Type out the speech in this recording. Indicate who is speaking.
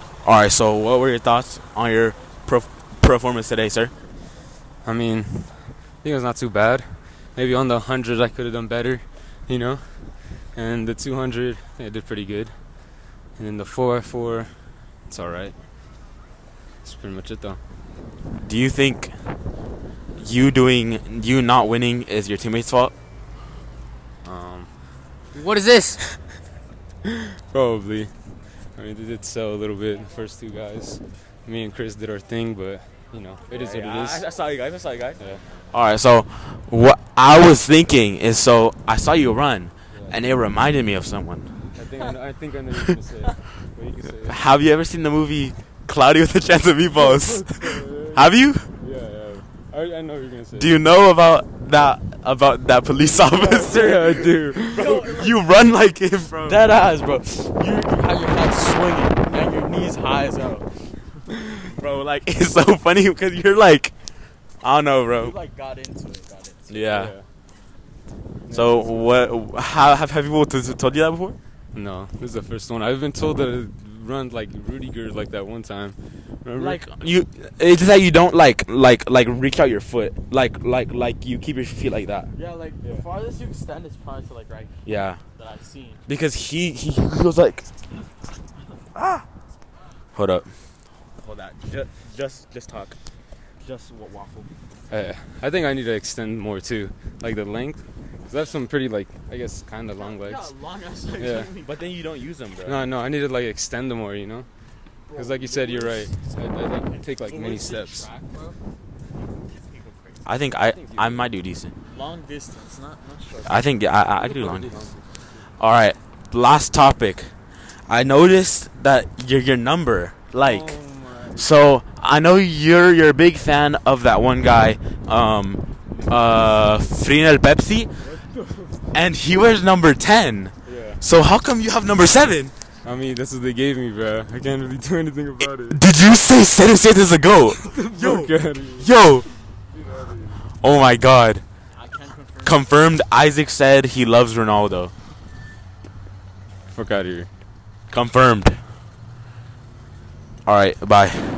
Speaker 1: All right. So, what were your thoughts on your perf- performance today, sir?
Speaker 2: I mean, I think it was not too bad. Maybe on the 100, I could have done better, you know? And the 200, I think I did pretty good. And then the 4x4, it's alright. That's pretty much it, though.
Speaker 1: Do you think you doing you not winning is your teammates' fault?
Speaker 2: Um,
Speaker 3: What is this?
Speaker 2: probably. I mean, they did sell a little bit, the first two guys. Me and Chris did our thing, but, you know, it is what it is.
Speaker 1: saw you guys. I saw you guys.
Speaker 2: Yeah.
Speaker 1: All right. So, what I was thinking is, so I saw you run, and it reminded me of someone.
Speaker 2: I think I, know- I think I know what you're gonna say. But you can say it.
Speaker 1: Have you ever seen the movie Cloudy with a Chance of Meatballs? Have you?
Speaker 2: Yeah, yeah. I, I know what you're gonna say.
Speaker 1: Do you know about that about that police officer?
Speaker 2: Yeah, I do.
Speaker 1: You run like him, bro.
Speaker 4: Dead ass, bro. You, you have your head swinging and your knees high as hell.
Speaker 1: bro, like it's so funny because you're like, I don't know,
Speaker 4: You
Speaker 1: bro.
Speaker 4: like got into it. Got into it.
Speaker 1: Yeah. So what? How have have people t- told you that before?
Speaker 2: No, this is the first one. I've been told to run like Rudiger like that one time. Remember?
Speaker 1: Like you, it's just that you don't like like like reach out your foot, like like like you keep your feet like that.
Speaker 4: Yeah, like
Speaker 2: Yeah.
Speaker 4: the farthest you extend is probably to like right here
Speaker 1: Yeah,
Speaker 4: that I've seen.
Speaker 1: because he he, he was like, ah. Hold up. Hold that. Just just just talk.
Speaker 4: Just wa- waffle.
Speaker 2: Uh, I think I need to extend more too, like the length. 'Cause I have some pretty like I guess kind of long legs.
Speaker 4: Yeah, long ass legs.
Speaker 2: Yeah.
Speaker 1: But then you don't use them, bro.
Speaker 2: No, no, I need to like extend them more, you know. Because like you said, you're right. I, I like, take like many steps.
Speaker 1: I think I I might do decent.
Speaker 4: Long distance, not not short. Oh
Speaker 1: I think I I, I could do long. All right, last topic. I noticed that your your number like
Speaker 4: Oh my.
Speaker 1: so. I know you're you're a big fan of that one guy, um, uh, Frinel Pepsi, and he wears number ten.
Speaker 2: Yeah.
Speaker 1: So how come you have number seven?
Speaker 2: I mean, that's what they gave me, bro. I can't really do anything about it.
Speaker 1: Did you say seven seconds ago?
Speaker 2: Yo.
Speaker 1: Yo. Oh my God!
Speaker 4: I can confirm.
Speaker 1: Confirmed. Isaac said he loves Ronaldo.
Speaker 2: Fuck out of here.
Speaker 1: Confirmed. All right. Bye.